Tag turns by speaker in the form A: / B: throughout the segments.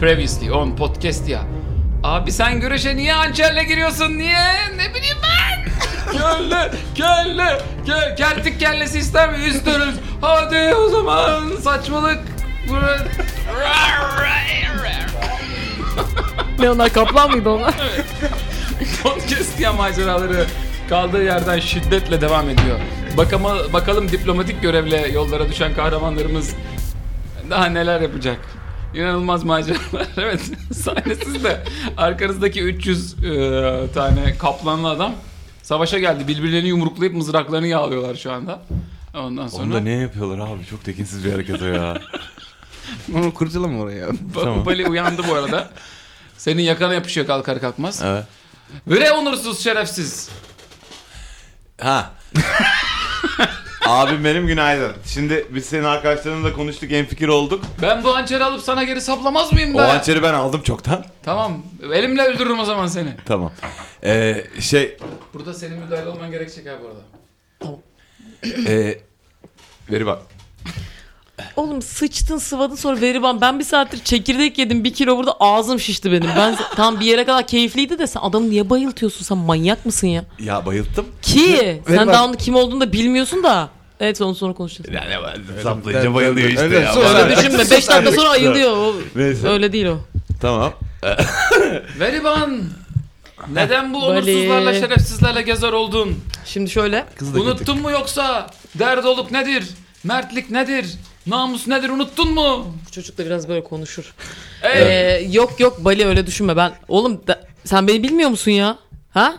A: Previously on podcast ya. Abi sen güreşe niye hançerle giriyorsun? Niye? Ne bileyim ben. kelle, kelle, kel, kertik kellesi ister mi? İsteriz. Hadi o zaman saçmalık. Bura-
B: Ne onlar kaplan mıydı onlar?
A: Podcast ya maceraları kaldığı yerden şiddetle devam ediyor. Bakama, bakalım diplomatik görevle yollara düşen kahramanlarımız daha neler yapacak. İnanılmaz maceralar. Evet sahnesiz de arkanızdaki 300 e, tane kaplanlı adam savaşa geldi. Birbirlerini yumruklayıp mızraklarını yağlıyorlar şu anda. Ondan sonra
C: Onu da niye yapıyorlar abi? Çok tekinsiz bir hareket o ya.
D: Onu kurcalama oraya.
C: Tamam.
A: Bali uyandı bu arada. Senin yakana yapışıyor kalkar kalkmaz.
C: Evet.
A: Vire onursuz şerefsiz.
C: Ha. Abim benim günaydın. Şimdi biz senin arkadaşlarınla konuştuk, en fikir olduk.
A: Ben bu hançeri alıp sana geri saplamaz mıyım
C: O
A: be?
C: hançeri ben aldım çoktan.
A: Tamam. Elimle öldürürüm o zaman seni.
C: Tamam. Ee, şey,
A: Burada senin müdahale olman gerekecek abi burada.
C: ee, veri bak.
B: Oğlum sıçtın sıvadın sonra veriban. Ben bir saattir çekirdek yedim. Bir kilo burada ağzım şişti benim. Ben tam bir yere kadar keyifliydi de sen adamı niye bayıltıyorsun sen manyak mısın ya?
C: Ya bayılttım.
B: Ki sen
D: Veriban-
B: daha onun kim olduğunu da bilmiyorsun da. Evet onu sonra konuşacağız.
C: Ya ne var? Saplayınca bayılıyor işte
D: Öyle,
C: ya.
D: sus,
C: Bana-
D: öyle
B: Öyle düşünme 5 dakika sonra ayılıyor. O,
C: Neyse.
B: öyle değil o.
C: Tamam.
A: Veriban! Neden bu
B: Bali.
A: onursuzlarla şerefsizlerle gezer oldun?
B: Şimdi şöyle.
D: Kız da girdik.
A: Unuttun mu yoksa? Derd olup nedir? Mertlik nedir? Namus nedir unuttun mu?
B: Bu çocuk da biraz böyle konuşur.
A: Ey!
B: Ee, yok yok Bali öyle düşünme ben. Oğlum da- sen beni bilmiyor musun ya? Ha?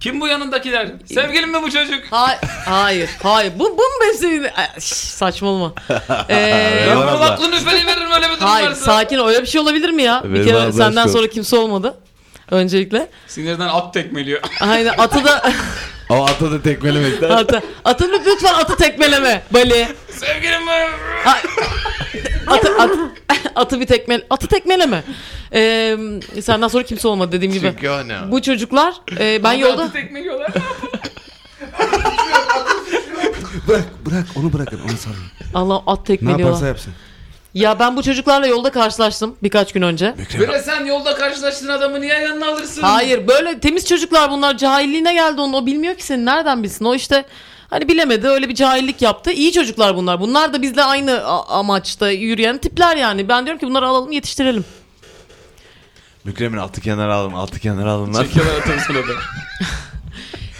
A: Kim bu yanındakiler? Sevgilin mi bu çocuk?
B: Ha- hayır, hayır. Bu, bu mu benim sevdiğim- Ay, şş, Saçmalama. Ee,
A: Ben
C: Veriban
A: bunu
C: abla.
A: aklını üfeli veririm öyle bir durum
B: hayır,
A: varsa.
B: sakin. ol. Öyle bir şey olabilir mi ya? Bir
C: Verilen
B: kere
C: haber
B: senden
C: şu.
B: sonra kimse olmadı. Öncelikle.
A: Sinirden at tekmeliyor.
B: Aynen atı da
C: Ama ata da tekmelemekten.
B: atı, atı lü- lütfen atı tekmeleme Bali.
A: Sevgilim mi?
B: Ay, Atı, atı, atı bir tekme atı tekmeleme. Ee, senden sonra kimse olmadı dediğim gibi.
C: Çünkü o ne?
B: Bu çocuklar e, ben yolda
A: Atı tekmeliyorlar.
D: Bırak bırak onu bırakın onu salın.
B: Allah at
D: Ne yaparsa
B: tekmeliyorlar.
D: yapsın.
B: Ya ben bu çocuklarla yolda karşılaştım birkaç gün önce.
A: Böyle sen yolda karşılaştığın adamı niye yanına alırsın?
B: Hayır böyle temiz çocuklar bunlar cahilliğine geldi onun o bilmiyor ki seni nereden bilsin o işte hani bilemedi öyle bir cahillik yaptı iyi çocuklar bunlar bunlar da bizle aynı a- amaçta yürüyen tipler yani ben diyorum ki bunları alalım yetiştirelim
C: Mükremin altı kenara alın, altı kenara alın lan.
A: Çekiyorlar otobüsün adı.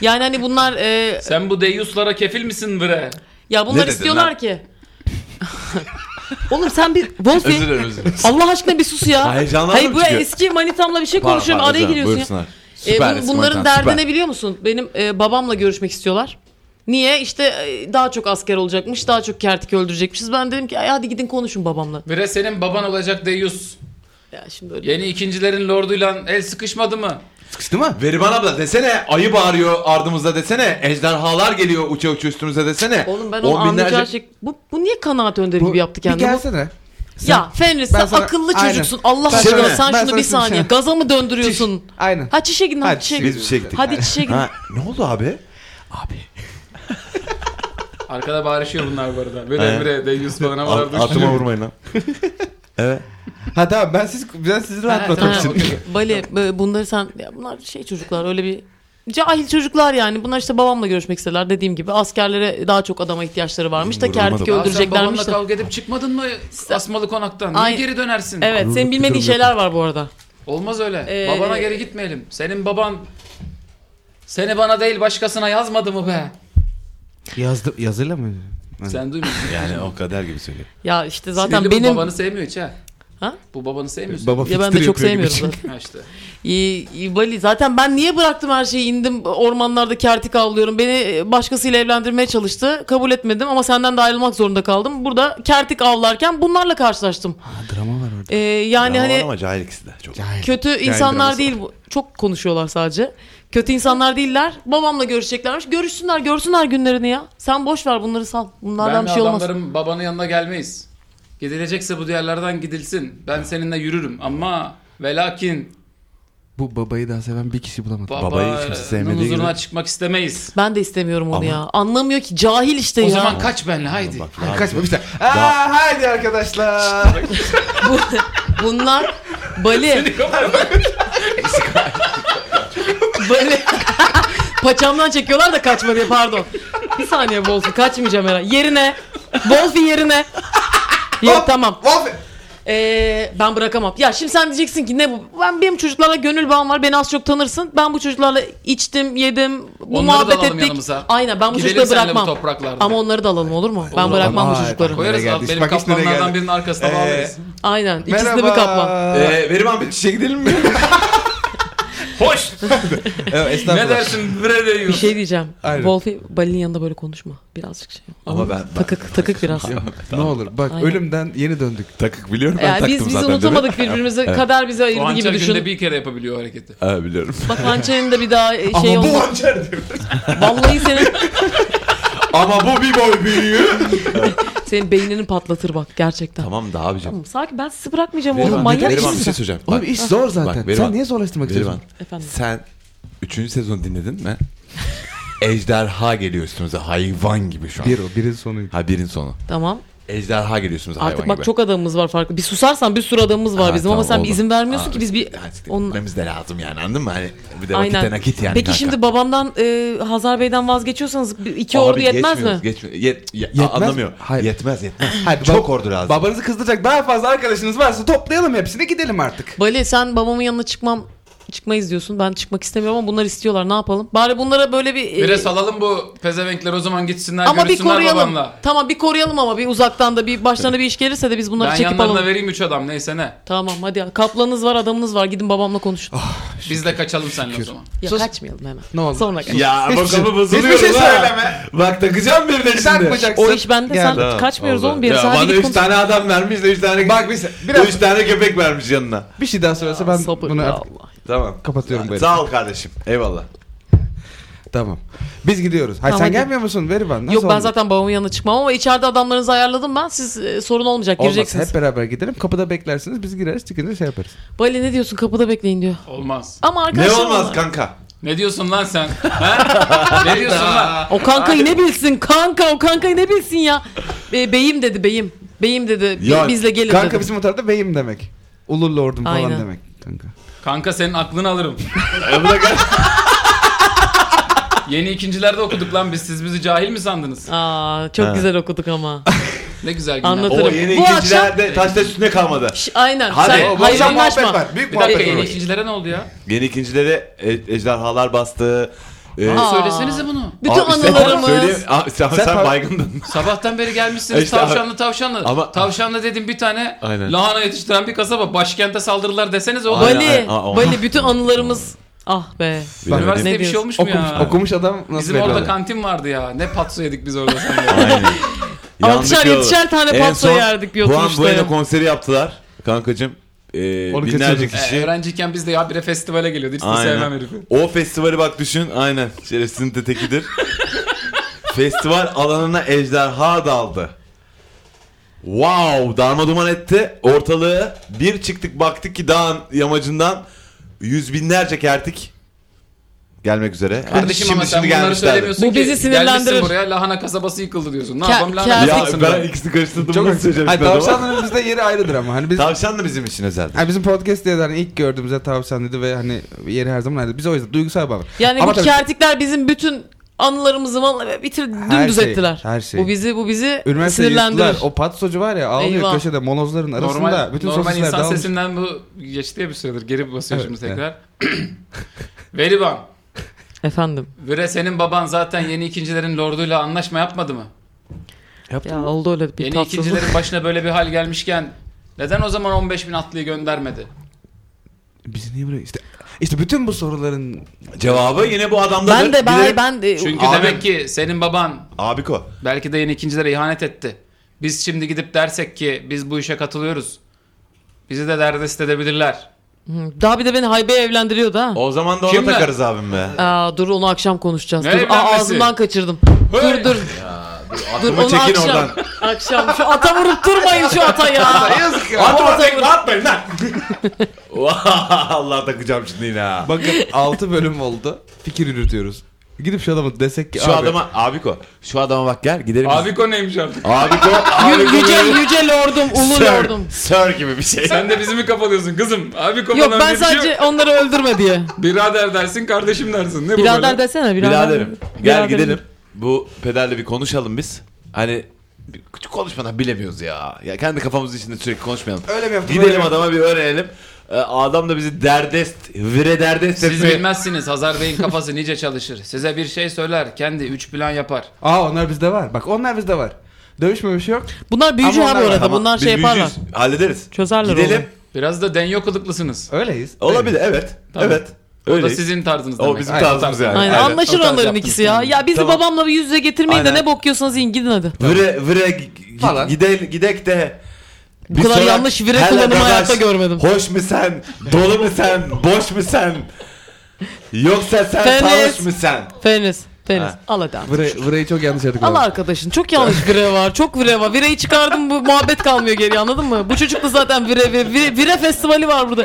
B: yani hani bunlar e,
A: Sen bu deyyuslara kefil misin bre?
B: ya
C: Ne
B: bunlar
C: dedin
B: istiyorlar
C: lan?
B: ki Oğlum sen bir
C: Özür
B: Wolfie
C: dilerim özür dilerim.
B: Allah aşkına bir sus ya.
C: Heyecanlandım
B: Hayır bu
C: çünkü.
B: eski manitamla bir şey
C: Pardon,
B: konuşuyorum
C: pardon
B: araya
C: canım,
B: giriyorsun ya.
C: buyursunlar.
B: E,
C: Süper
B: bu-
C: resim,
B: bunların
C: Hakan,
B: derdi
C: süper.
B: ne biliyor musun? Benim e, babamla görüşmek istiyorlar. Niye? İşte e, daha çok asker olacakmış, daha çok kertik öldürecekmişiz. Ben dedim ki "Ay, hadi gidin konuşun babamla.
A: Bre senin baban olacak deyyus.
B: Ya şimdi öyle.
A: Yeni ikincilerin lorduyla el sıkışmadı mı?
D: Sıkıştı mı?
C: Veriban abla desene ayı bağırıyor ardımızda desene ejderhalar geliyor uça uça üstümüze desene.
B: Oğlum ben onu
C: On binlerce-
B: anlayacağı şey... Bu, bu niye kanaat önderi gibi yaptı
D: Bir
B: kendini? Bu-
D: gelsene.
B: Ya Fenris sen
D: ben sana-
B: akıllı
D: Aynen.
B: çocuksun. Allah
D: Ben
B: aşkına
C: sana-
B: sen
D: ben
B: şunu
D: sana
B: bir
D: şimdi şey-
B: saniye. Gaza mı döndürüyorsun?
D: Aynen.
B: Ha çişe gidin ha
D: Hadi
B: çişe
D: çişe
C: Biz
B: gidin.
C: bir şey gittik.
B: Hadi çişe gidin.
C: Ha, ne oldu abi?
A: Arkada bağırışıyor bunlar bu arada. Bre
C: He.
A: bre deyyus falan
C: Al-
A: havalarda
C: Atıma vurmayın lan. evet.
D: Ha tamam ben siz ben sizi rahatlatmak
B: Ha,
D: için.
A: okey.
B: Bali e, bunları sen ya bunlar şey çocuklar öyle bir cahil çocuklar yani. Bunlar işte babamla görüşmek istediler dediğim gibi. Askerlere daha çok adama ihtiyaçları varmış da
C: Vurulmadı
B: kertik
C: bak.
A: Aa, sen
B: öldüreceklermiş
A: babanla
B: de.
A: kavga edip çıkmadın mı asmalı konaktan? Niye
B: Ay-
A: geri dönersin?
B: Evet senin bilmediğin şeyler var bu arada.
A: Olmaz öyle.
B: Ee,
A: Babana geri gitmeyelim. Senin baban seni bana değil başkasına yazmadı mı be?
D: Yazdı, yazıyla mı?
A: Sen duymuyorsun.
C: Yani o kader gibi söylüyor.
B: Ya işte
A: Zaten
B: zaten benim
A: bu babanı sevmiyor hiç ha.
B: Ha?
A: Bu babanı sevmiyorsun.
D: Baba
B: ya ben
D: fixture
B: de çok
D: yapıyor gibi
B: sevmiyorum
D: çünkü.
B: zaten.
A: Ha işte.
B: İyi, iyi, Bali zaten ben niye bıraktım her şeyi indim ormanlarda kertik avlıyorum. Beni e, başkasıyla evlendirmeye çalıştı. Kabul etmedim ama senden de ayrılmak zorunda kaldım. Burada kertik avlarken bunlarla karşılaştım.
D: Ha, drama var orada.
B: Ee, yani
C: Yani
B: hani
C: ama cahil ikisi de çok.
D: Cahil.
B: Kötü
D: draması
B: insanlar
D: var.
B: değil bu. Çok konuşuyorlar sadece. Kötü insanlar değiller. Babamla görüşeceklermiş. Görüşsünler, görsünler günlerini ya. Sen boş ver bunları sal.
A: Ben
B: Bunlardan
A: ve
B: bir şey olmaz.
A: adamların babanın yanına gelmeyiz. Gidilecekse bu diğerlerden gidilsin. Ben seninle yürürüm ama ve lakin
D: Bu babayı daha seven bir kişi bulamadım.
A: baba,
C: Babayı hiç kimse sevmediği gibi.
A: huzuruna çıkmak istemeyiz.
B: Ben de istemiyorum onu
C: Ama-
B: ya. Anlamıyor ki. Cahil işte
A: O
B: ya.
A: zaman kaç benle haydi.
C: Bak,
D: Ha,
C: lazım.
D: kaçma bir saniye.
C: Daha-
D: Aa, haydi arkadaşlar.
B: Bu- bunlar Bali. Bali. Paçamdan çekiyorlar da kaçma diye pardon. Bir saniye Wolfie kaçmayacağım herhalde. Yerine. Wolfie yerine. Ya, tamam. Ee, ben bırakamam. Ya şimdi sen diyeceksin ki ne bu? Ben benim çocuklarla gönül bağım var. Beni az çok tanırsın. Ben bu çocuklarla içtim, yedim, bu
A: Onları da
B: muhabbet
A: alalım
B: ettik.
A: yanımıza.
B: Aynen ben bu
A: Gidelim
B: çocukları
A: seninle bu
B: bırakmam.
A: topraklarda.
B: Ama onları da alalım olur mu? ben
A: Olur.
B: bırakmam bu
D: Ama-
B: çocukları.
A: Koyarız
D: Nereye
A: abi,
D: geldi?
A: benim
D: Bak işte nereye
A: kaplanlardan
D: geldi.
A: birinin arkasına
C: Ee,
A: bağlarız.
B: Aynen. İkisi de
D: Merhaba.
B: bir kaplan.
C: Ee, verim abi çiçeğe gidelim mi?
A: Hoş.
D: Evet,
A: ne
D: estağfurullah.
A: dersin bre de
B: Bir
A: yiyor.
B: şey diyeceğim.
D: Aynen.
B: Wolfie Bali'nin yanında böyle konuşma. Birazcık şey.
C: Ama ben- ben-
B: takık takık biraz.
D: Ne olur bak
B: Aynen.
D: ölümden yeni döndük.
C: Takık biliyorum ben
B: Yani
C: taktım
B: biz biz
C: zaten.
B: unutamadık birbirimizi. Kader bizi
A: O
B: ayırdı
A: hançer
B: gibi
A: günde
B: düşün.
A: bir kere yapabiliyor o hareketi.
C: Ha, biliyorum.
B: Bak hançerin de bir daha e, şey
C: Ama bu
B: olmaz.
C: hançer diyor.
B: Vallahi senin
C: Ama bu bir boy büyüğü.
B: senin beynini patlatır bak gerçekten.
C: Tamam da abicim.
B: Tamam. Sakin ben sizi bırakmayacağım
C: Verivan,
B: oğlum. Manyak
C: Verivan bir
B: mısın
C: şey
B: sen?
C: söyleyeceğim.
D: Oğlum
C: Bak,
D: iş zor zaten.
C: Berivan.
D: Sen niye zorlaştırmak
C: Verivan.
D: istiyorsun?
B: Efendim.
C: Sen 3. sezon dinledin mi? Ejderha geliyor üstümüze hayvan gibi şu an.
D: Bir o, birin sonuydu.
C: Ha birin sonu.
B: Tamam.
C: Ejderha geliyor üstümüze hayvan
B: Artık bak
C: gibi.
B: çok adamımız var farklı. Bir susarsan bir sürü adamımız var
C: Ha,
B: bizim ama
C: tamam,
B: sen bir
C: oldu.
B: izin vermiyorsun
C: Ha,
B: ki biz bir
C: yani işte
B: onun
C: gitmemiz de lazım yani anladın mı? Hani bir de
B: Aynen.
C: vakite nakit yani.
B: Peki
C: kanka.
B: şimdi babamdan e, Hazar Bey'den vazgeçiyorsanız bir- iki
C: Abi
B: ordu yetmez mi?
C: geçmiyoruz, Geçmiyor. Yet, ye-
D: Yetmez
C: anlamıyor.
D: mi? Hayır.
C: Yetmez yetmez.
D: Hadi
C: çok
D: bab-
C: ordu lazım.
D: Babanızı kızdıracak daha fazla arkadaşınız varsa toplayalım hepsini gidelim artık.
B: Bali sen babamın yanına çıkmam çıkmayız diyorsun. Ben çıkmak istemiyorum ama bunlar istiyorlar. Ne yapalım? Bari bunlara böyle bir e,
A: Bire salalım bu pezevenkler o zaman gitsinler
B: ama bir
A: görüşsünler
B: koruyalım.
A: babamla.
B: Tamam bir koruyalım ama bir uzaktan da bir başlarına bir iş gelirse de biz bunları
A: Ben
B: çekip
A: yanlarına
B: alalım.
A: vereyim üç adam neyse ne.
B: Tamam hadi ya. Kaplanınız var, adamınız var. Gidin babamla konuşun.
C: Ah,
A: Biz de kaçalım seninle o zaman.
B: ya
D: Sus.
B: kaçmayalım hemen.
D: Ne olur.
B: Sonra kaç.
C: Ya
D: Hiçbir şey-
C: bakalım bozuluyorum
D: hiçbir şey
C: ha.
D: söyleme.
C: Bak takacağım bir de şimdi.
D: Takmayacaksın.
B: O iş bende, sen-
C: Tamam,
B: Kaçmıyoruz
C: oldu.
B: oğlum, bir
C: Ya
B: saat
C: Bana
B: gidip
C: 3
B: konuş-
C: tane adam vermiş de 3 tane
D: Bak bir, biraz
C: 3 tane köpek vermiş yanına.
D: bir şey daha söylese ben
B: Sabır
D: bunu
B: ya
D: artık
B: Allah.
C: Tamam.
D: kapatıyorum böyle.
C: Sağ ol kardeşim. Eyvallah.
D: Tamam. Biz gidiyoruz. Hayır
B: Tamam,
D: sen
B: hadi.
D: gelmiyor musun Verivan? Nasıl
B: Yok ben
D: oldu?
B: zaten babamın yanına çıkmam ama içeride adamlarınızı ayarladım ben. Siz e, sorun olmayacak
D: Olmaz
B: gireceksiniz.
D: hep beraber gidelim. Kapıda beklersiniz. Biz gireriz çıkınca şey yaparız.
B: Bali ne diyorsun? Kapıda bekleyin diyor.
A: Olmaz.
B: Ama
C: Ne
B: arkadaşlar
C: olmaz
B: var.
C: kanka?
A: Ne diyorsun lan sen? Ha? ne diyorsun lan?
B: O kankayı ne bilsin? Kanka o kankayı ne bilsin ya? E, beyim dedi beyim. Beyim dedi. "Bi-
C: Ya,
B: Bizle gelin
D: Kanka
B: dedi.
D: bizim o tarafta beyim demek. Ulur lordum falan
B: Aynen.
D: demek. Kanka.
A: Kanka senin aklını alırım. Yeni ikincilerde okuduk lan biz. Siz bizi cahil mi sandınız?
B: Aa çok
C: Ha.
B: güzel okuduk ama.
A: Ne güzel günler.
B: Anlatırım.
C: O
B: Tabii.
C: yeni
B: Bu
C: ikincilerde taşta üstüne kalmadı.
B: Şş, Aynen.
C: Hadi.
B: Sen
C: O-
D: Bu akşam
B: hayvanlaşma.
D: muhabbet var. Büyük
A: Bir dakika
D: muhabbet
A: yeni
D: var.
A: ikincilere ne oldu ya?
C: Yeni ikincilere e- ejderhalar bastı. Ee,
B: Aa.
A: Söylesenize bunu.
B: Bütün
C: abi işte-
B: anılarımız.
C: Söyleyeyim. Aa, sen, sen,
D: Sen par-
C: baygındın.
A: Sabahtan beri gelmişsiniz
C: İşte abi-
A: tavşanlı tavşanlı.
C: Ama-
A: tavşanlı dedim bir tane
C: Aynen.
A: lahana yetiştiren bir kasaba. Başkente saldırdılar deseniz oğlum.
C: Aynen.
B: Bali.
C: Aa, o-
B: Bali bütün anılarımız. Ah be.
D: Ben-
A: Üniversitede bir şey
B: Ne diyorsun?
A: olmuş mu
D: Okumuş,
A: ya?
D: okumuş adam nasıl
A: Bizim
D: belli
A: orada
D: oluyor?
A: kantin vardı ya. Ne patso yedik biz orada seninle.
C: Aynen.
B: Altışar,
C: Yandık
B: yetişer tane
C: En
B: patso
C: son
B: yerdik bir
C: Juan
B: oturuşta ya.
C: Bueno konseri yaptılar. Kankacım. E,
D: Onu E,
C: binlerce
D: kaçırdık.
A: Ee,
C: kişi.
A: öğrenciyken biz de ya bire festivale geliyordu. Hiç de sevmem herifi.
C: O festivali bak düşün. Aynen. Şerefsizin de tekidir. Festival alanına ejderha daldı. Wow! Darma duman etti ortalığı. Bir çıktık baktık ki dağın yamacından yüz binlerce kertik gelmek üzere.
A: Kardeşim
C: Şimdi-
A: ama sen
C: şimdi
A: bunları
C: gelmişlerdi.
A: söylemiyorsun
B: Bu
A: ki.
B: bizi sinirlendirir.
A: Gelmişsin buraya lahana kasabası yıkıldı diyorsun. Ne
B: Ke-
A: yapalım lahana
B: kertik-
C: Ya
A: kasabasını.
C: ben ikisini karıştırdım. Çok
D: Çok
C: söyleyeceğim.
D: Hayır
C: şimdi adama?
D: tavşanların bizde yeri ayrıdır ama. Hani biz
C: Tavşan da bizim için özeldi.
D: Hani bizim podcast diye de hani ilk gördüğümüzde tavşan dedi ve hani yeri her zaman ayrı. Biz o yüzden duygusal bağlı.
B: Yani
D: Ama
B: bu
D: tabii-
B: kertikler bizim bütün anılarımızı vallahi bitir dümdüz
D: şey,
B: ettiler.
D: her şey.
B: Bu bizi bu bizi
D: Üniversiteye
B: sinirlendirir.
D: yırttılar. O patsocu var ya ağlıyor
B: Eyvah.
D: köşede molozların arasında.
A: Normal,
D: bütün
A: normal
D: sosisler
A: insan
D: dağılmış.
A: sesinden bu geçti ya bir süredir. Geri basıyor
D: Evet,
A: şimdi tekrar. Veriban.
B: Efendim.
A: Vire senin baban zaten yeni ikincilerin lorduyla anlaşma yapmadı mı?
B: Ya oldu öyle bir
A: yeni
B: tatsızlık.
A: ikincilerin başına böyle bir hal gelmişken neden o zaman 15 bin atlıyı göndermedi?
D: Biz niye buraya işte, işte bütün bu soruların
C: Cevabı yine bu adamda.
B: Ben de ben ben de
A: Çünkü
C: Abi-
A: demek ki senin baban
C: Abiko.
A: belki de yeni ikincilere ihanet etti. Biz şimdi gidip dersek ki biz bu işe katılıyoruz. Bizi de derdest edebilirler.
B: Hı, daha bir de beni haybeye evlendiriyordu ha.
C: O zaman da ona
A: Kimle?
C: takarız abim be.
B: Aa, dur onu akşam konuşacağız.
A: Ne
B: Dur. Aa,
A: evlenmesi?
B: ağzımdan kaçırdım.
A: Hey!
B: Dur dur. Dur
C: Aklımı
B: onu
C: çekin
B: akşam.
C: oradan.
B: Akşam şu ata vurup durmayın şu ata ya.
D: yazık ya.
C: Atma tekme atmayın lan. Allah takacağım şimdi yine ha.
D: Bakın 6 bölüm oldu. Fikir yürütüyoruz. Gidip şu adama desek ki
C: Şu
D: abi.
C: adama abiko. Şu adama bak gel gidelim. biz.
A: Abi konu neymiş artık?
C: Abiko.
B: Yü-
C: abiko
B: yüce
C: böyle-
B: yüce lordum, ulu
C: Sir,
B: lordum.
C: sir gibi bir şey.
A: Sen de bizi mi kapalıyorsun kızım? Abi konu
B: Yok ben sadece onları öldürme diye.
A: şey Birader dersin kardeşim dersin. Ne bu böyle?
B: Birader desene birader.
C: Biraderim. Gel
B: Biraderim.
C: gidelim. Bu pederle bir konuşalım biz. Hani bir- küçük konuşmadan bilemiyoruz ya. Ya kendi kafamızın içinde sürekli konuşmayalım.
D: Öyle mi yaptın?
C: Gidelim adama bir öğrenelim. Ee, Adam da bizi derdest, vire derdest
A: Siz
C: etmeye-
A: bilmezsiniz Hazar Bey'in kafası nice çalışır. Size bir şey söyler kendi üç plan yapar.
D: Aa onlar bizde var. Bak onlar bizde var. Dövüşme bir şey yok.
B: Bunlar büyücü
D: Ama
B: ha bu
D: onlar-
B: arada.
D: Tamam,
B: Bunlar
C: Biz
B: şey yaparlar.
C: büyücüyüz. Hallederiz.
B: Çözerler
C: Gidelim.
B: oğlum.
A: Biraz da denyo kılıklısınız.
D: Öyleyiz.
C: Olabilir evet.
A: Tamam.
C: Evet.
A: O da
C: Öyleyiz.
A: sizin tarzınız demek.
C: O bizim
D: Aynen.
C: tarzımız yani.
B: Aynen.
C: Aynen.
B: Anlaşır
A: O tarz
B: onların
A: yaptınız
B: ikisi ya.
A: yani.
B: Ya bizi
C: Tamam.
B: babamla bir yüz yüze getirmeyin de
C: Aynen.
B: ne bok yiyorsanız yiyin gidin hadi.
C: Vire vire gi- gi-
D: Falan.
C: gidel gidek de.
B: Bu
C: bir
B: kadar
C: sonra
B: yanlış vire
C: hele
B: kullanımı
C: kardeş,
B: hayatta görmedim.
C: Hoş mu sen? Dolu mu sen? Boş mu sen? Yoksa sen
B: Fenes.
C: sarhoş mu sen?
B: Feniz. Feniz.
C: Ha.
B: Al hadi abi.
D: Vire, vireyi çok yanlış yedik.
B: Al
D: oğlum.
B: arkadaşın. Çok yanlış vire var. Çok vire var. Vireyi çıkardım bu muhabbet kalmıyor geri anladın mı? Bu çocukla zaten vire, vire, vire, vire festivali var burada.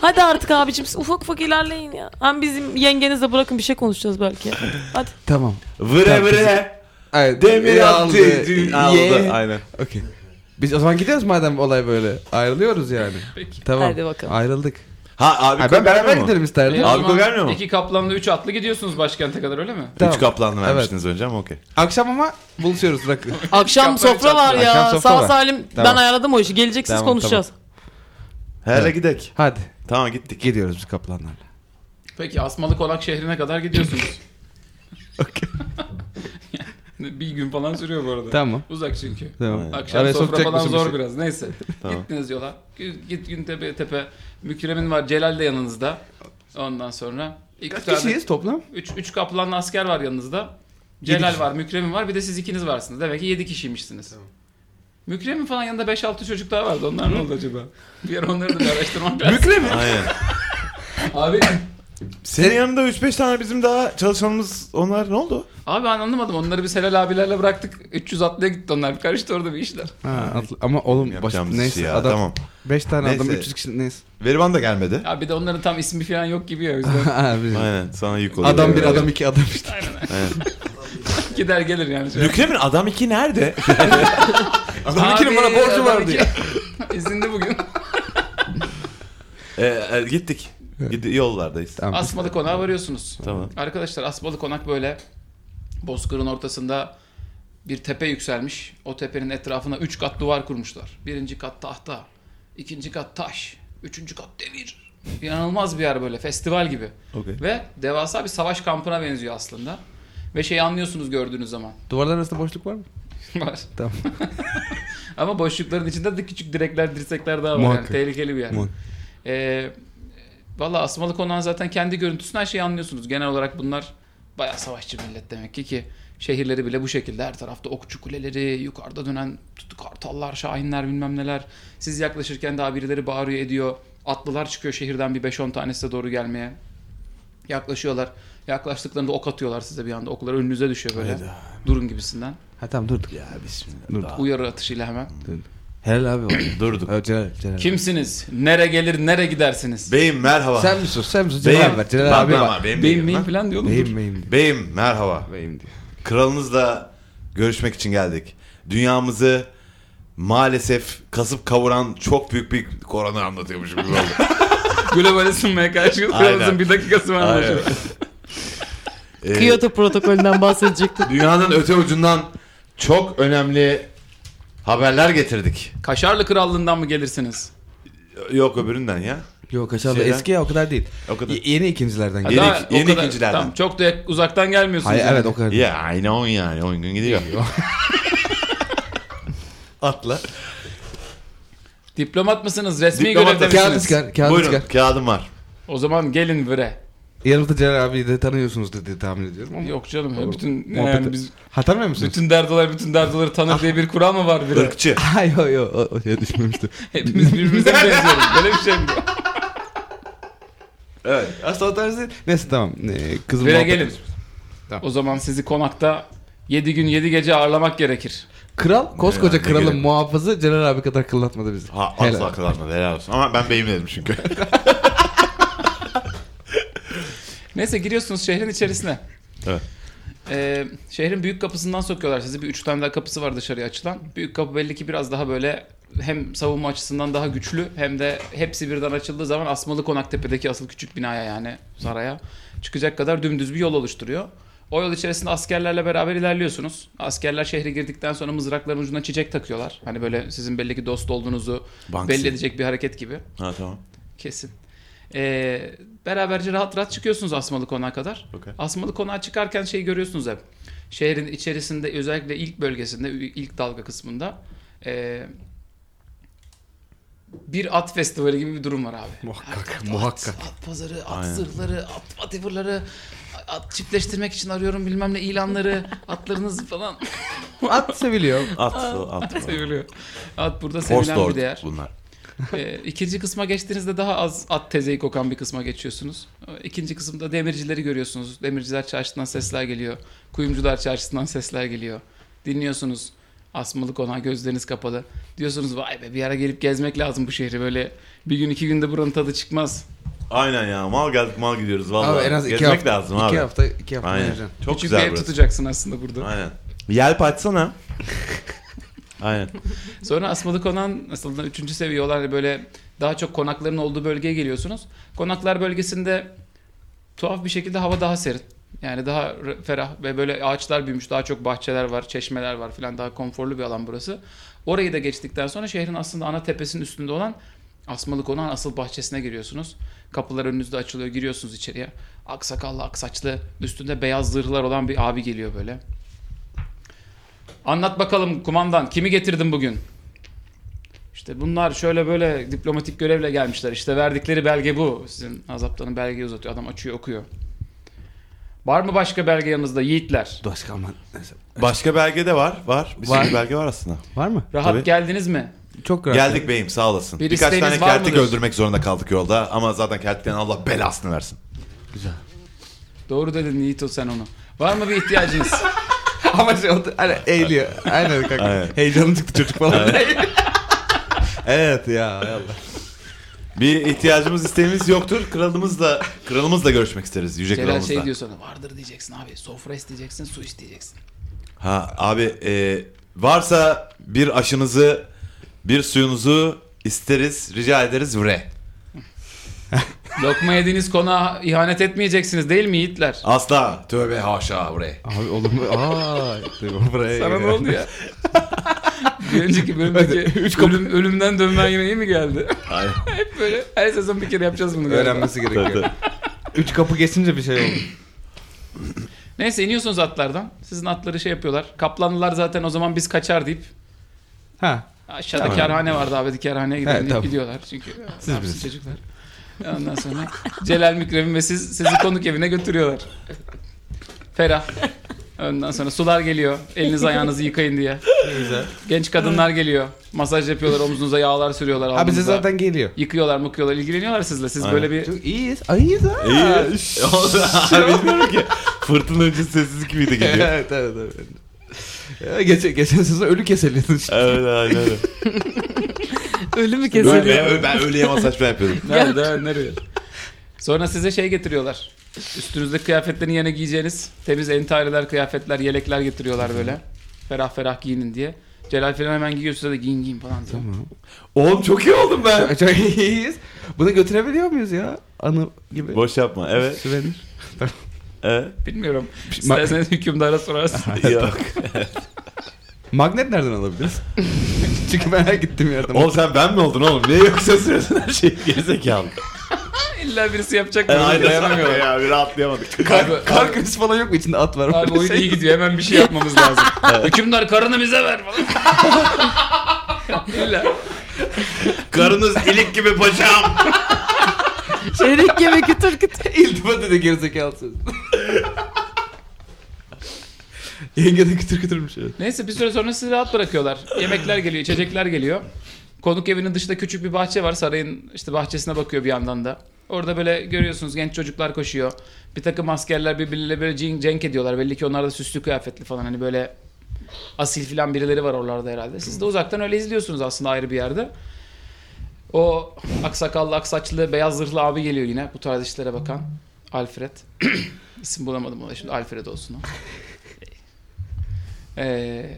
B: Hadi artık abicim siz ufak ufak ilerleyin ya. Hem bizim yengenizle bırakın bir şey konuşacağız belki. Hadi.
D: Tamam.
C: Vire
D: Tamam,
C: vire.
D: Ay,
C: Demir
D: e,
C: attı.
D: ye.
C: Aldı. Aynen.
D: Okey. Biz o zaman gidiyoruz madem olay böyle. Ayrılıyoruz yani.
A: Peki.
D: Tamam.
B: Hadi bakalım.
D: Ayrıldık.
C: Ha abi
D: Ha,
C: koymuyor
D: ben beraber
C: mu?
D: gidelim isterdim.
A: E, o
C: Abi
A: zaman
C: gelmiyor mu?
A: İki kaplanlı üç atlı gidiyorsunuz başkente kadar öyle mi?
D: Tamam.
C: Üç kaplanlı vermiştiniz önce ama okey.
D: Akşam ama buluşuyoruz rakı.
B: Akşam
A: Kitapları
B: sofra var
A: çarpıyor.
D: Akşam
B: ya.
D: sofra
B: Sağ
D: var.
B: salim.
D: Tamam.
B: Ben ayarladım o işi. Geleceksiniz
D: Tamam,
B: konuşacağız.
C: Hele
D: Evet.
C: gidek.
D: Hadi
C: Tamam gittik.
D: gidiyoruz biz kaplanlarla.
A: Peki Asmalı Konak şehrine kadar gidiyorsunuz. bir gün falan sürüyor bu arada.
D: Tamam.
A: Uzak çünkü.
D: Tamam.
A: Akşam
D: Araya şey.
A: sofra
D: sokacak
A: falan
D: mısın
A: zor
D: bizi?
A: biraz. Neyse.
C: Tamam.
A: Gittiniz yola. Gü- Git gün tepe tepe. Mükremin var. Celal de yanınızda. Ondan sonra. iki
D: Kaç
A: tane-
D: şey? kişiyiz toplam?
A: Üç, üç kaplanlı asker var yanınızda. Celal
D: kişi.
A: var, Mükremin var. Bir de siz ikiniz varsınız. Demek ki yedi kişiymişsiniz. Mükremin falan yanında 5-6 çocuk daha vardı. Onlar ne oldu acaba? Bir ara onları da bir araştırmak lazım.
D: Mükremin.
C: Aynen.
A: Abi,
C: Senin yanında 3-5 tane bizim daha çalışanımız onlar ne oldu?
A: abi ben anlamadım. Onları biz Helal abilerle bıraktık. 300 atlıya gitti onlar. Karıştı orada bir işler.
D: Ha, atla- ama oğlum baş,
C: Yapacağımız
D: neyse
C: işi şey ya.
D: adam
C: Tamam.
D: 5 tane adam
C: Neyse.
D: 300 kişi neyse.
C: Verivan da gelmedi.
A: Ya bir de onların tam ismi falan yok gibi ya. o yüzden.
D: Ha, bir-
C: Aynen sana yük oluyor.
D: adam bir adam iki adam işte.
A: Gider gelir yani.
C: Mükremin adam 2 nerede? adam
A: Abi,
C: 2'nin bana borcu
A: adam
C: vardı
A: iki-
C: ya.
A: İzindi bugün.
C: Ee, e, gittik. Gidi yollardayız.
D: Tamam.
A: Asmalı konağa varıyorsunuz.
C: Tamam.
A: Arkadaşlar Asmalı Konak böyle bozkırın ortasında bir tepe yükselmiş. O tepenin etrafına üç kat duvar kurmuşlar. Birinci kat tahta, ikinci kat taş, üçüncü kat demir. İnanılmaz bir yer böyle festival gibi.
C: Okey.
A: Ve devasa bir savaş kampına benziyor aslında. Ve şeyi anlıyorsunuz gördüğünüz zaman.
D: Duvarlar arasında boşluk var mı?
A: Var.
D: Tamam.
A: Ama boşlukların içinde de küçük direkler, dirsekler daha var. Yani.
D: Muhakkak.
A: Tehlikeli bir yer.
D: Muhakkak.
A: Ee, Valla Asmalı Konağın zaten kendi görüntüsünden şey anlıyorsunuz. Genel olarak bunlar bayağı savaşçı millet demek ki ki şehirleri bile bu şekilde her tarafta okçu kuleleri, yukarıda dönen tut- kartallar, şahinler bilmem neler. Siz yaklaşırken daha birileri bağırıyor ediyor. Atlılar çıkıyor şehirden bir 5-10 tanesi de doğru gelmeye. Yaklaşıyorlar. Yaklaştıklarında ok atıyorlar size bir anda. Oklar önünüze düşüyor böyle.
C: Hayda.
A: Durun gibisinden.
D: Ha tamam durduk.
C: Ya bismillah.
D: Dur.
C: Daha-
A: Uyarı atışıyla hemen.
D: Helal abi. o.
C: Durduk.
D: Ha, Celal, Celal.
A: Kimsiniz? Nere gelir, nere gidersiniz?
C: Beyim merhaba.
D: Sen mi sus? Sen mi sus?
C: Beyim.
D: Celal ver. Celal
C: Bak,
D: abi
C: tamam,
D: bak.
C: Beyim,
A: Beyim
C: beyim,
A: meyim falan diyor oğlum.
D: Beyim
A: dur.
D: beyim diyor.
C: beyim merhaba.
D: Beyim diyor.
C: Kralınızla görüşmek için geldik. Dünyamızı maalesef kasıp kavuran çok büyük bir korona anlatıyormuşum gibi oldu.
A: Global ısınmaya karşı kralımızın bir dakikası var.
C: Aynen.
A: anlaşılan.
C: Ee,
B: Kyoto protokolünden bahsedecektim.
C: dünyanın öte ucundan çok önemli haberler getirdik.
A: Kaşarlı krallığından mı gelirsiniz?
C: Yok öbüründen ya.
D: Yok kaçalım
C: Şeyden-
D: eski ya o kadar değil.
C: O kadar.
D: Y- yeni ikincilerden
A: Ha,
D: gel.
A: daha
C: iki-
A: o
C: yeni ikincilerden.
A: Tamam, çok da yak- uzaktan gelmiyorsunuz.
D: Hayır
A: yani.
D: evet o kadar değil.
C: Ya aynı 10 yani 10 gün gidiyor. Atla.
A: Diplomat mısınız? Resmi
C: Diplomat
A: görevde
C: da-
D: Kağıdı
A: misiniz?
D: çıkar. Kağıdı
C: Buyurun
D: çıkar.
C: kağıdım var.
A: O zaman gelin vire.
D: Yanımda Celal abiyi de tanıyorsunuz dedi tahmin ediyorum ama.
A: Yok canım ya, bütün ne
D: Muhabbet-
A: yani biz
D: Ha tanımıyor musunuz?
A: bütün derdolar bütün derdoları tanır diye bir kural mı var vire?
C: Irkçı.
D: Ha yo yo o, o şeye düşmemiştim.
A: Hepimiz birbirimize benziyoruz. Böyle bir şey mi?
C: Evet.
D: Aslında o tarz değil. Neyse tamam. Ee, kızım
A: Vire
D: muhabbet-
A: gelin.
D: Tamam.
A: O zaman sizi konakta 7 gün 7 gece ağırlamak gerekir.
D: Kral, koskoca
C: Ne
D: kralın
C: gerek?
D: muhafızı Celal abi kadar kıllatmadı bizi.
C: Ha,
D: Helal.
C: asla kılarmadı helal olsun. Ama ben beyim dedim çünkü.
A: Neyse giriyorsunuz şehrin içerisine.
C: Evet.
A: Ee, şehrin büyük kapısından sokuyorlar sizi. Bir üç tane daha kapısı var dışarıya açılan. Büyük kapı belli ki biraz daha böyle hem savunma açısından daha güçlü hem de hepsi birden açıldığı zaman Asmalı Konaktepe'deki asıl küçük binaya yani saraya çıkacak kadar dümdüz bir yol oluşturuyor. O yol içerisinde askerlerle beraber ilerliyorsunuz. Askerler şehre girdikten sonra mızrakların ucuna çiçek takıyorlar. Hani böyle sizin belli ki dost olduğunuzu
C: Banksy.
A: belli edecek bir hareket gibi.
C: Ha tamam.
A: Kesin. Ee, beraberce rahat rahat çıkıyorsunuz Asmalı Konağa kadar.
C: Okey.
A: Asmalı Konağa çıkarken şeyi görüyorsunuz hep. Şehrin içerisinde özellikle ilk bölgesinde, ilk dalga kısmında ee, bir at festivali gibi bir durum var abi.
D: Muhakkak,
A: Her tarafta
D: muhakkak.
A: At, at pazarı, at
C: Aynen.
A: zırhları, at whatever'ları, at çiftleştirmek için arıyorum bilmem ne ilanları, atlarınız falan
D: At seviliyor.
C: At, at.
A: seviliyor. At burada sevilen bir değer.
C: Force bunlar.
A: Ee, ikinci kısma geçtiğinizde daha az at tezeyi kokan bir kısma geçiyorsunuz. Ee, İkinci kısımda demircileri görüyorsunuz. Demirciler çarşısından sesler geliyor. Kuyumcular çarşısından sesler geliyor. Dinliyorsunuz. Asmalı konağı gözleriniz kapalı. Diyorsunuz vay be bir ara gelip gezmek lazım bu şehri. Böyle bir gün iki günde buranın tadı çıkmaz.
C: Aynen ya mal geldik mal gidiyoruz vallahi.
D: Abi en az iki
C: Gezmek
D: hafta.
C: lazım
D: iki
C: abi.
D: hafta, iki hafta
C: Aynen.
D: oynayacaksın.
C: Çok
A: Küçük bir
C: güzel
A: ev
C: burası.
A: tutacaksın aslında burada.
C: Aynen. Yelp açsana. Aynen.
A: Sonra Asmalı Konan aslında üçüncü seviye olan hani böyle daha çok konakların olduğu bölgeye geliyorsunuz. Konaklar bölgesinde tuhaf bir şekilde hava daha serin. Yani daha r- ferah ve böyle ağaçlar büyümüş, daha çok bahçeler var, çeşmeler var filan daha konforlu bir alan burası. Orayı da geçtikten sonra şehrin aslında ana tepesinin üstünde olan Asmalı Konağın asıl bahçesine giriyorsunuz. Kapılar önünüzde açılıyor, giriyorsunuz içeriye. Aksakallı, aksaçlı, üstünde beyaz zırhlar olan bir abi geliyor böyle. Anlat bakalım kumandan, kimi getirdin bugün? İşte bunlar şöyle böyle diplomatik görevle gelmişler. İşte verdikleri belge bu. Sizin azaptanın belgeyi uzatıyor. Adam açıyor okuyor. Var mı başka belge yanınızda yiğitler?
D: Başkanman. Neyse.
C: Başka belge de var. Var. Bir
D: Var.
C: sürü belge var aslında.
D: Var mı?
A: Rahat
C: Tabii.
A: geldiniz mi?
D: Çok rahat.
C: Geldik beyim sağ olasın.
A: Bir
C: Birkaç
A: isteğiniz
C: tane
A: var
C: kertik
A: mıdır?
C: öldürmek zorunda kaldık yolda ama zaten kertikten Allah belasını versin.
A: Doğru dedin Yiğit o sen onu. Var mı bir ihtiyacınız?
D: Ama şey oldu. Hani eğiliyor. Aynen kanka.
C: Aynen.
D: Heyecanlı çıktı çocuk falan. evet ya. hay Allah.
C: Bir ihtiyacımız isteğimiz yoktur. Kralımızla kralımızla görüşmek isteriz yüce
A: Celal
C: kralımızla.
A: şey diyor sana. Vardır diyeceksin abi. Sofra isteyeceksin, su isteyeceksin.
C: Ha abi e, varsa bir aşınızı bir suyunuzu isteriz rica ederiz vre.
A: Lokma yediğiniz konağa ihanet etmeyeceksiniz değil mi Yiğitler?
C: Asla. Tövbe haşa vre.
D: Abi oğlum. Aa. dur, Buraya
A: Sana ne
D: gel.
A: oldu ya? bir önceki bölümdeki ölüm- ölümden dönmen yine iyi mi geldi?
C: Aynen.
A: Hep böyle her sezon bir kere yapacağız bunu. galiba.
D: Öğrenmesi gerekiyor. Üç kapı geçince bir şey oldu.
A: Neyse iniyorsunuz atlardan. Sizin atları şey yapıyorlar. Kaplanlılar zaten o zaman biz kaçar deyip
D: Ha.
A: aşağıda
D: Tamam.
A: kerhane vardı abi kerhaneye gidelim
D: Evet,
A: deyip
D: tamam.
A: gidiyorlar. Çünkü
D: Siz
A: Siz
D: bilirsiniz.
A: çocuklar. Ondan sonra Celal Mükrem'in ve siz sizi konuk evine götürüyorlar. Ferah. Ondan sonra sular geliyor. Elinizi ayağınızı yıkayın diye.
D: Güzel.
A: Genç kadınlar geliyor. Masaj yapıyorlar. Omzunuza yağlar sürüyorlar.
D: Abi bize
A: alnınıza.
D: zaten geliyor.
A: Yıkıyorlar mıkıyorlar. ilgileniyorlar sizle. Siz
C: Aynen.
A: böyle bir
D: Çok iyiyiz. İyiyiz ha.
C: İyi. Abi bilmiyorum ki. Fırtına öncesi sessizlik gibiydi geliyor.
D: evet evet evet. Ya, geçen, geçen sezon ölü keseliyordu işte.
C: Evet aynen öyle.
B: Ölü mü
C: Öyle,
B: keselim?
C: öyle- ben öyleye masaj falan yapıyordum.
A: Nerede? Nereye? Sonra size şey getiriyorlar. Üstünüzde kıyafetlerin yerine giyeceğiniz temiz entareler, kıyafetler, yelekler getiriyorlar böyle. Ferah ferah giyinin diye. Celal falan hemen giyiyor size de giyin giyin falan diyor.
C: Oğlum çok iyi oldum ben.
D: Çok, çok iyiyiz. Bunu götürebiliyor muyuz ya? Anı gibi.
C: Boş yapma. Evet.
D: Süvenir.
C: Evet.
A: Bilmiyorum.
D: Ma-
A: İsterseniz hükümdara sorarsın.
C: Yok.
D: Magnet nereden alabiliriz? Çünkü ben her gittim yerden.
C: Oğlum sen ben mi oldun oğlum? Niye yoksa sürüyorsun her şeyi gerizekalı?
A: İlla birisi yapacak mı?
C: Ben aynen
A: Dayanamıyorum.
C: ya bir rahatlayamadık.
A: Abi,
D: Kar
A: abi,
D: krizi falan yok mu? İçinde at var.
A: abi oyun iyi gidiyor. Hemen bir şey yapmamız lazım. Hükümdar karını bize ver falan. İlla.
C: Karınız ilik gibi paşam.
B: Çeyrek yemek kütür kütür.
D: İltifat dedi gerizekalısın. Yenge de kütür kütürmüş.
C: şey.
D: Evet.
A: Neyse bir süre sonra sizi rahat bırakıyorlar. Yemekler geliyor, içecekler geliyor. Konuk evinin dışında küçük bir bahçe var. Sarayın işte bahçesine bakıyor bir yandan da. Orada böyle görüyorsunuz genç çocuklar koşuyor. Bir takım askerler birbirleriyle böyle cin- cenk ediyorlar. Belli ki onlar da süslü kıyafetli falan hani böyle asil filan birileri var oralarda herhalde. Siz de uzaktan öyle izliyorsunuz aslında ayrı bir yerde. O aksakallı, aksaçlı, beyaz zırhlı abi geliyor yine bu tarz işlere bakan. Alfred. İsim bulamadım ona şimdi. Alfred olsun o. Ee,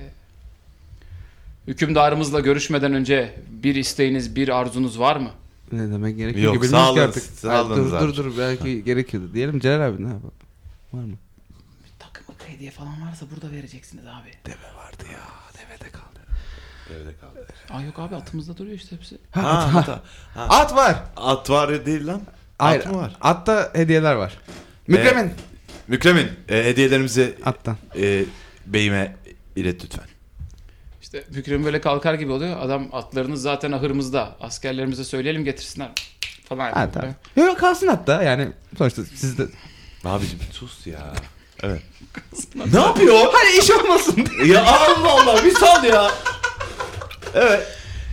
A: hükümdarımızla görüşmeden önce bir isteğiniz, bir arzunuz var mı?
D: Ne demek gerekiyor
C: Yok,
D: ki bilmiyorum
C: sağ
D: ki
C: olun,
D: artık.
C: sağ
D: Ay,
C: olun
D: dur,
C: zaten.
D: dur dur belki gerekiyordu. Diyelim Celal abi ne yapalım? Var mı?
A: Takıma hediye falan varsa burada vereceksiniz abi.
C: Evde kaldı.
A: Aa yok abi atımızda duruyor işte hepsi.
C: Ha, at, at,
D: At var.
C: at var değil lan.
D: Hayır,
C: At mı var?
D: Atta hediyeler var. Mükremin.
C: Mükremin e, hediyelerimizi
D: Attan.
C: e, beyime ilet lütfen.
A: İşte Bükrem böyle kalkar gibi oluyor. Adam atlarınız zaten ahırımızda. Askerlerimize söyleyelim getirsinler falan.
D: Ha tamam. Yok yok kalsın hatta yani sonuçta siz de...
C: Abicim sus ya. Evet. ne yapıyor?
D: Hani iş olmasın diye.
C: ya Allah Allah bir sal ya.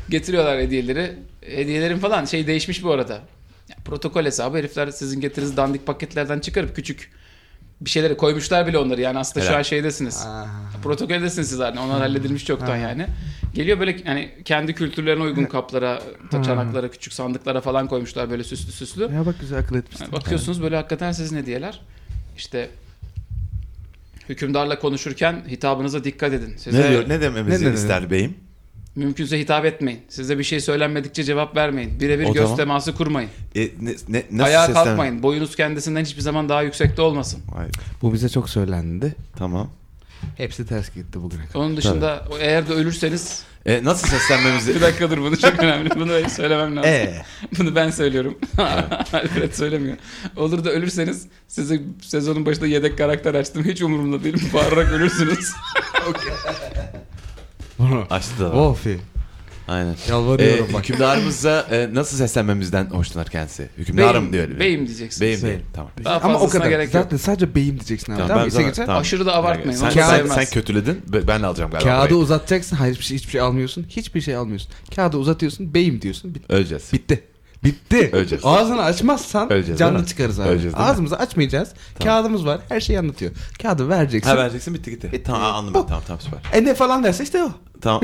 A: Getiriyorlar hediyeleri. Hediyelerin falan şey değişmiş bu arada. Ya, protokol hesabı herifler sizin getiriniz dandik paketlerden çıkarıp küçük bir şeylere koymuşlar bile onları. Yani aslında şu
C: Helal.
A: an şeydesiniz. Protokoldesiniz siz zaten. Onlar halledilmiş çoktan yani. Geliyor böyle yani kendi kültürlerine uygun kaplara, ta- çanaklara, küçük sandıklara falan koymuşlar böyle süslü süslü.
D: Ya bak güzel akıl etmişsin.
A: Yani bakıyorsunuz böyle hakikaten sizin hediyeler. İşte hükümdarla konuşurken hitabınıza dikkat edin. Size
C: Ne diyor? Ne dememizi
D: Ne dedi?
C: ister beyim?
A: mümkünse hitap etmeyin. Size bir şey söylenmedikçe cevap vermeyin. Birebir
C: O
A: göz
C: zaman-
A: teması kurmayın.
C: E, ne, ne, nasıl
A: Ayağa
C: seslen-
A: kalkmayın. Boyunuz kendisinden hiçbir zaman daha yüksekte olmasın.
C: Ay,
D: Bu bize çok söylendi.
C: tamam.
D: Hepsi ters gitti bugüne kadar.
A: Onun dışında eğer de ölürseniz
C: E, nasıl seslenmemizi?
A: bir dakika dur bunu çok önemli. Bunu söylemem lazım.
D: Ee,
A: Bunu ben söylüyorum. Alfred söylemiyor. Olur da ölürseniz size sezonun başında yedek karakter açtım. Hiç umurumda değil. Bağırarak ölürsünüz.
D: bunu.
C: Açtı da. lan.
D: Of.
C: Aynen.
D: Oh, Yalvarıyorum
C: E,
D: bak.
C: hükümdarımıza e, nasıl seslenmemizden hoşlanır kendisi? Hükümdarım diyor. öyle bir-
A: beyim diyeceksiniz.
C: Beyim
D: Beyim.
C: diyelim, Tamam.
A: Daha
D: Ama o
A: fazlasına
D: kadar.
A: gerek yok.
D: Zaten sadece beyim diyeceksin abi. Tamam,
C: ben
D: tamam,
C: sana-
D: geçer.
A: Aşırı da abartmayın,
C: Sen,
A: onu
C: sen,
A: sevmez.
C: sen kötüledin. be- Ben de alacağım galiba.
D: Kağıdı
C: burayı.
D: uzatacaksın. Hayır hiçbir şey, hiçbir şey almıyorsun. Hiçbir şey almıyorsun. Kağıdı uzatıyorsun. Beyim diyorsun. Bitti.
C: Öleceğiz.
D: Bitti. Bitti.
C: Öleceğiz.
D: Ağzını açmazsan
C: Öleceğiz, değil
D: canlı
C: mi?
D: çıkarız abi.
C: Öleceğiz, değil mi?
D: Ağzımızı açmayacağız. Kağıdımız var. Her şeyi anlatıyor. Kağıdı vereceksin.
C: Ha vereceksin bitti gitti. E, Tamam ha, anladım.
D: Bu.
C: Tamam tamam süper.
D: E ne falan derse işte o.
C: Tamam.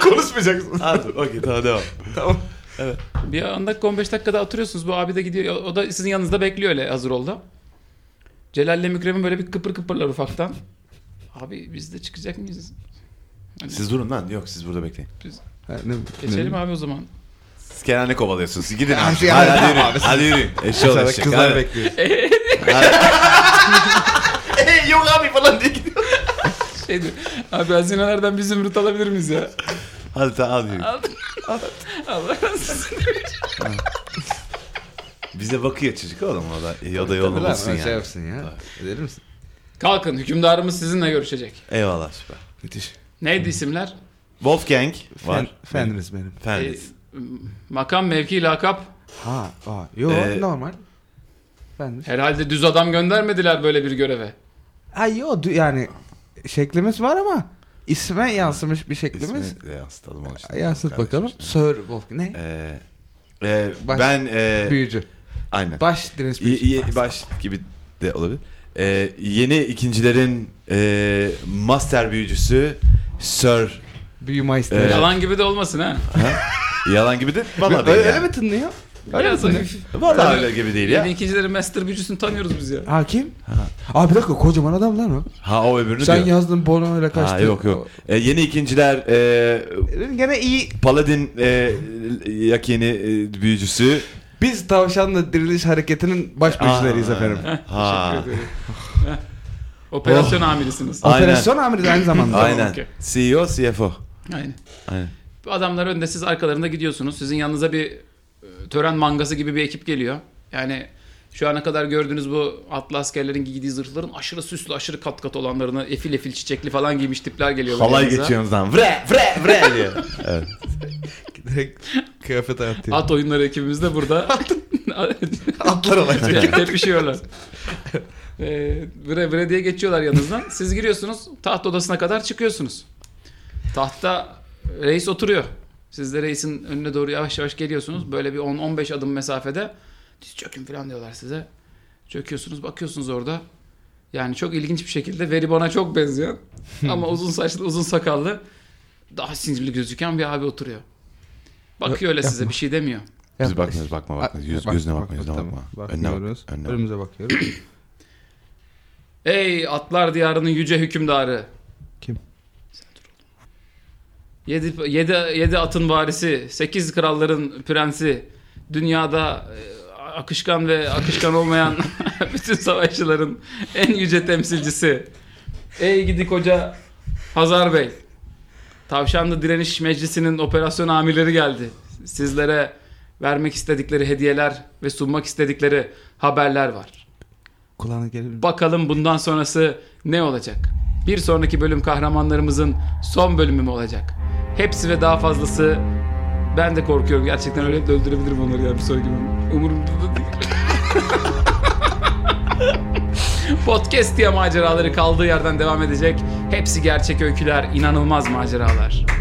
C: Konuşmayacaksın. Ha dur okey tamam devam.
D: Tamam.
A: Bir anda 15 dakikada oturuyorsunuz. Bu abi de gidiyor. O da sizin yanınızda bekliyor öyle hazır oldu. Celal'le Mükrem'in böyle bir kıpır kıpırlar ufaktan. Abi biz de çıkacak mıyız?
C: Siz durun lan yok siz burada bekleyin.
D: Ha, ne,
A: Geçelim
D: ne-
A: abi o zaman.
C: Siz Kenan'ı kovalıyorsunuz. Gidin
D: Ya,
C: abi.
D: şey,
C: Hadi,
D: ya,
C: hadi yürüyün.
D: abi.
C: Hadi yürüyün. Eşe
D: Kızlar-
C: olacak.
D: Kızlar bekliyor.
C: Yok abi falan diye gidiyor.
A: Şey diyor, abi hazinelerden bir zümrüt alabilir miyiz ya?
C: Hadi tamam hadi yürüyün.
A: Aldım. Allah razı olsun.
C: Bize bakıyor çocuk oğlum o da. İyi, O da
D: Tabii
C: yolunu
D: lan,
C: bulsun
D: öyle Şey
C: yani.
D: yapsın ya. Eder misin?
A: Kalkın hükümdarımız sizinle görüşecek.
C: Eyvallah süper.
D: Müthiş.
A: Neydi
C: Hmm.
A: isimler?
C: Wolfgang var.
D: Var. Fendiniz benim.
A: Ee,
C: Fendis.
A: makam, mevki, lakap.
D: Ha, aa, yo
C: Ee,
D: normal. Fendiniz.
A: Herhalde düz adam göndermediler böyle bir göreve.
D: Ha yo dü- yani şeklimiz var ama isme yansımış bir şeklimiz.
C: İsmi de yansıtalım onu işte.
D: Yansıt
C: Kardeşim.
D: bakalım. Sir Wolf. Ne?
C: Ee, e,
D: Baş-
C: ben e,
D: Büyücü.
C: aynen.
D: Baş direniş
C: Ye-
D: büyücü.
C: ye- baş gibi de olabilir. Ee, yeni ikincilerin e, master büyücüsü Sir
D: Büyü maestro.
C: Evet.
A: Yalan gibi de olmasın ha.
C: yalan gibi de vallahi
D: Öyle,
C: değil
D: öyle
C: yani.
D: mi tınlıyor?
A: Ya,
D: Öyle mi tınlıyor?
A: zayıf.
C: Vallahi
A: Tabii.
C: öyle gibi değil ya.
A: Yeni ikincilerin master büyücüsünü tanıyoruz biz ya.
D: Hakim? Abi bir dakika kocaman adam lan o.
C: Ha o öbürünü
D: Sen
C: diyor.
D: yazdın Bono ile kaçtı.
C: Ha yok yok. Ee, yeni ikinciler e,
D: Gene iyi.
C: Paladin e, yakini e, büyücüsü.
D: Biz tavşanla diriliş hareketinin baş büyücüleriyiz
C: Aa,
D: efendim.
C: Ha.
A: Teşekkür ederim. Operasyon amirisiniz.
C: Aynen.
D: Operasyon amiriz aynı zamanda.
C: Aynen. E
A: Okey.
C: CEO, CFO.
A: Aynen.
C: Aynen.
A: Bu adamlar önde siz arkalarında gidiyorsunuz. Sizin yanınıza bir e, tören mangası gibi bir ekip geliyor. Yani şu ana kadar gördüğünüz bu atlı askerlerin giydiği zırhların aşırı süslü, aşırı kat kat olanlarını efil efil çiçekli falan giymiş tipler geliyor. böyle
C: Halay
A: yanınıza.
C: geçiyorsunuz lan. Vre vre vre diyor. evet.
D: Direkt kıyafet atıyor.
A: At oyunları ekibimiz de burada.
D: Atlar olacak.
A: Tepişiyorlar. Ee, bre bre diye geçiyorlar yanınızdan. Siz giriyorsunuz taht odasına kadar çıkıyorsunuz. Tahta reis oturuyor. Siz de reisin önüne doğru yavaş yavaş geliyorsunuz. Böyle bir 10-15 adım mesafede diz çökün falan diyorlar size. Çöküyorsunuz bakıyorsunuz orada. Yani çok ilginç bir şekilde Veriban'a çok benzeyen ama uzun saçlı uzun sakallı daha sinirli gözüken bir abi oturuyor. Bakıyor öyle size bir şey demiyor.
C: Biz
D: Yap-
C: bakmıyoruz bakma bakma. Yüz,
D: Bak-
C: gözüne
D: bak-
C: bakma yüzüne
D: tamam.
C: bakma. Önüne bakma.
D: Bakmıyoruz.
C: Önüne bakma.
D: Önümüze bakıyoruz.
A: Ey atlar diyarının yüce hükümdarı.
D: Kim?
A: Yedi, yedi, yedi atın varisi, sekiz kralların prensi, dünyada e, akışkan ve akışkan olmayan bütün savaşçıların en yüce temsilcisi. Ey gidi koca Hazar Bey. Tavşanlı Direniş Meclisi'nin operasyon amirleri geldi. Sizlere vermek istedikleri hediyeler ve sunmak istedikleri haberler var.
D: Kulağına gelir mi?
A: Bakalım bundan sonrası ne olacak? Bir sonraki bölüm kahramanlarımızın son bölümü mü olacak? Hepsi ve daha fazlası ben de korkuyorum. Gerçekten öyle de öldürebilirim onları ya bir sonraki bölüm. Umurumda da değil. Podcast diye maceraları kaldığı yerden devam edecek. Hepsi gerçek öyküler, inanılmaz maceralar.